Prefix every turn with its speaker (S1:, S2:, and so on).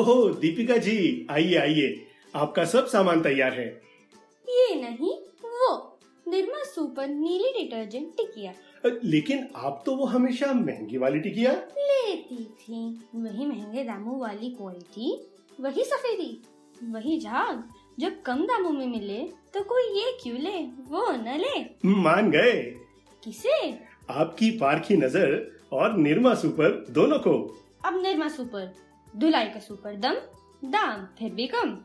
S1: ओह दीपिका जी आइए आइए आपका सब सामान तैयार है
S2: ये नहीं वो निर्मा सुपर नीली डिटर्जेंट टिकिया
S1: अ, लेकिन आप तो वो हमेशा महंगी वाली टिकिया
S2: लेती थी वही महंगे दामों वाली क्वालिटी वही सफेदी वही झाग जब कम दामों में मिले तो कोई ये क्यों ले वो न ले
S1: मान गए
S2: किसे
S1: आपकी पारखी नजर और निर्मा सुपर दोनों को
S2: अब निर्मा सुपर धुलाई का सुपर दम दाम फिर भी कम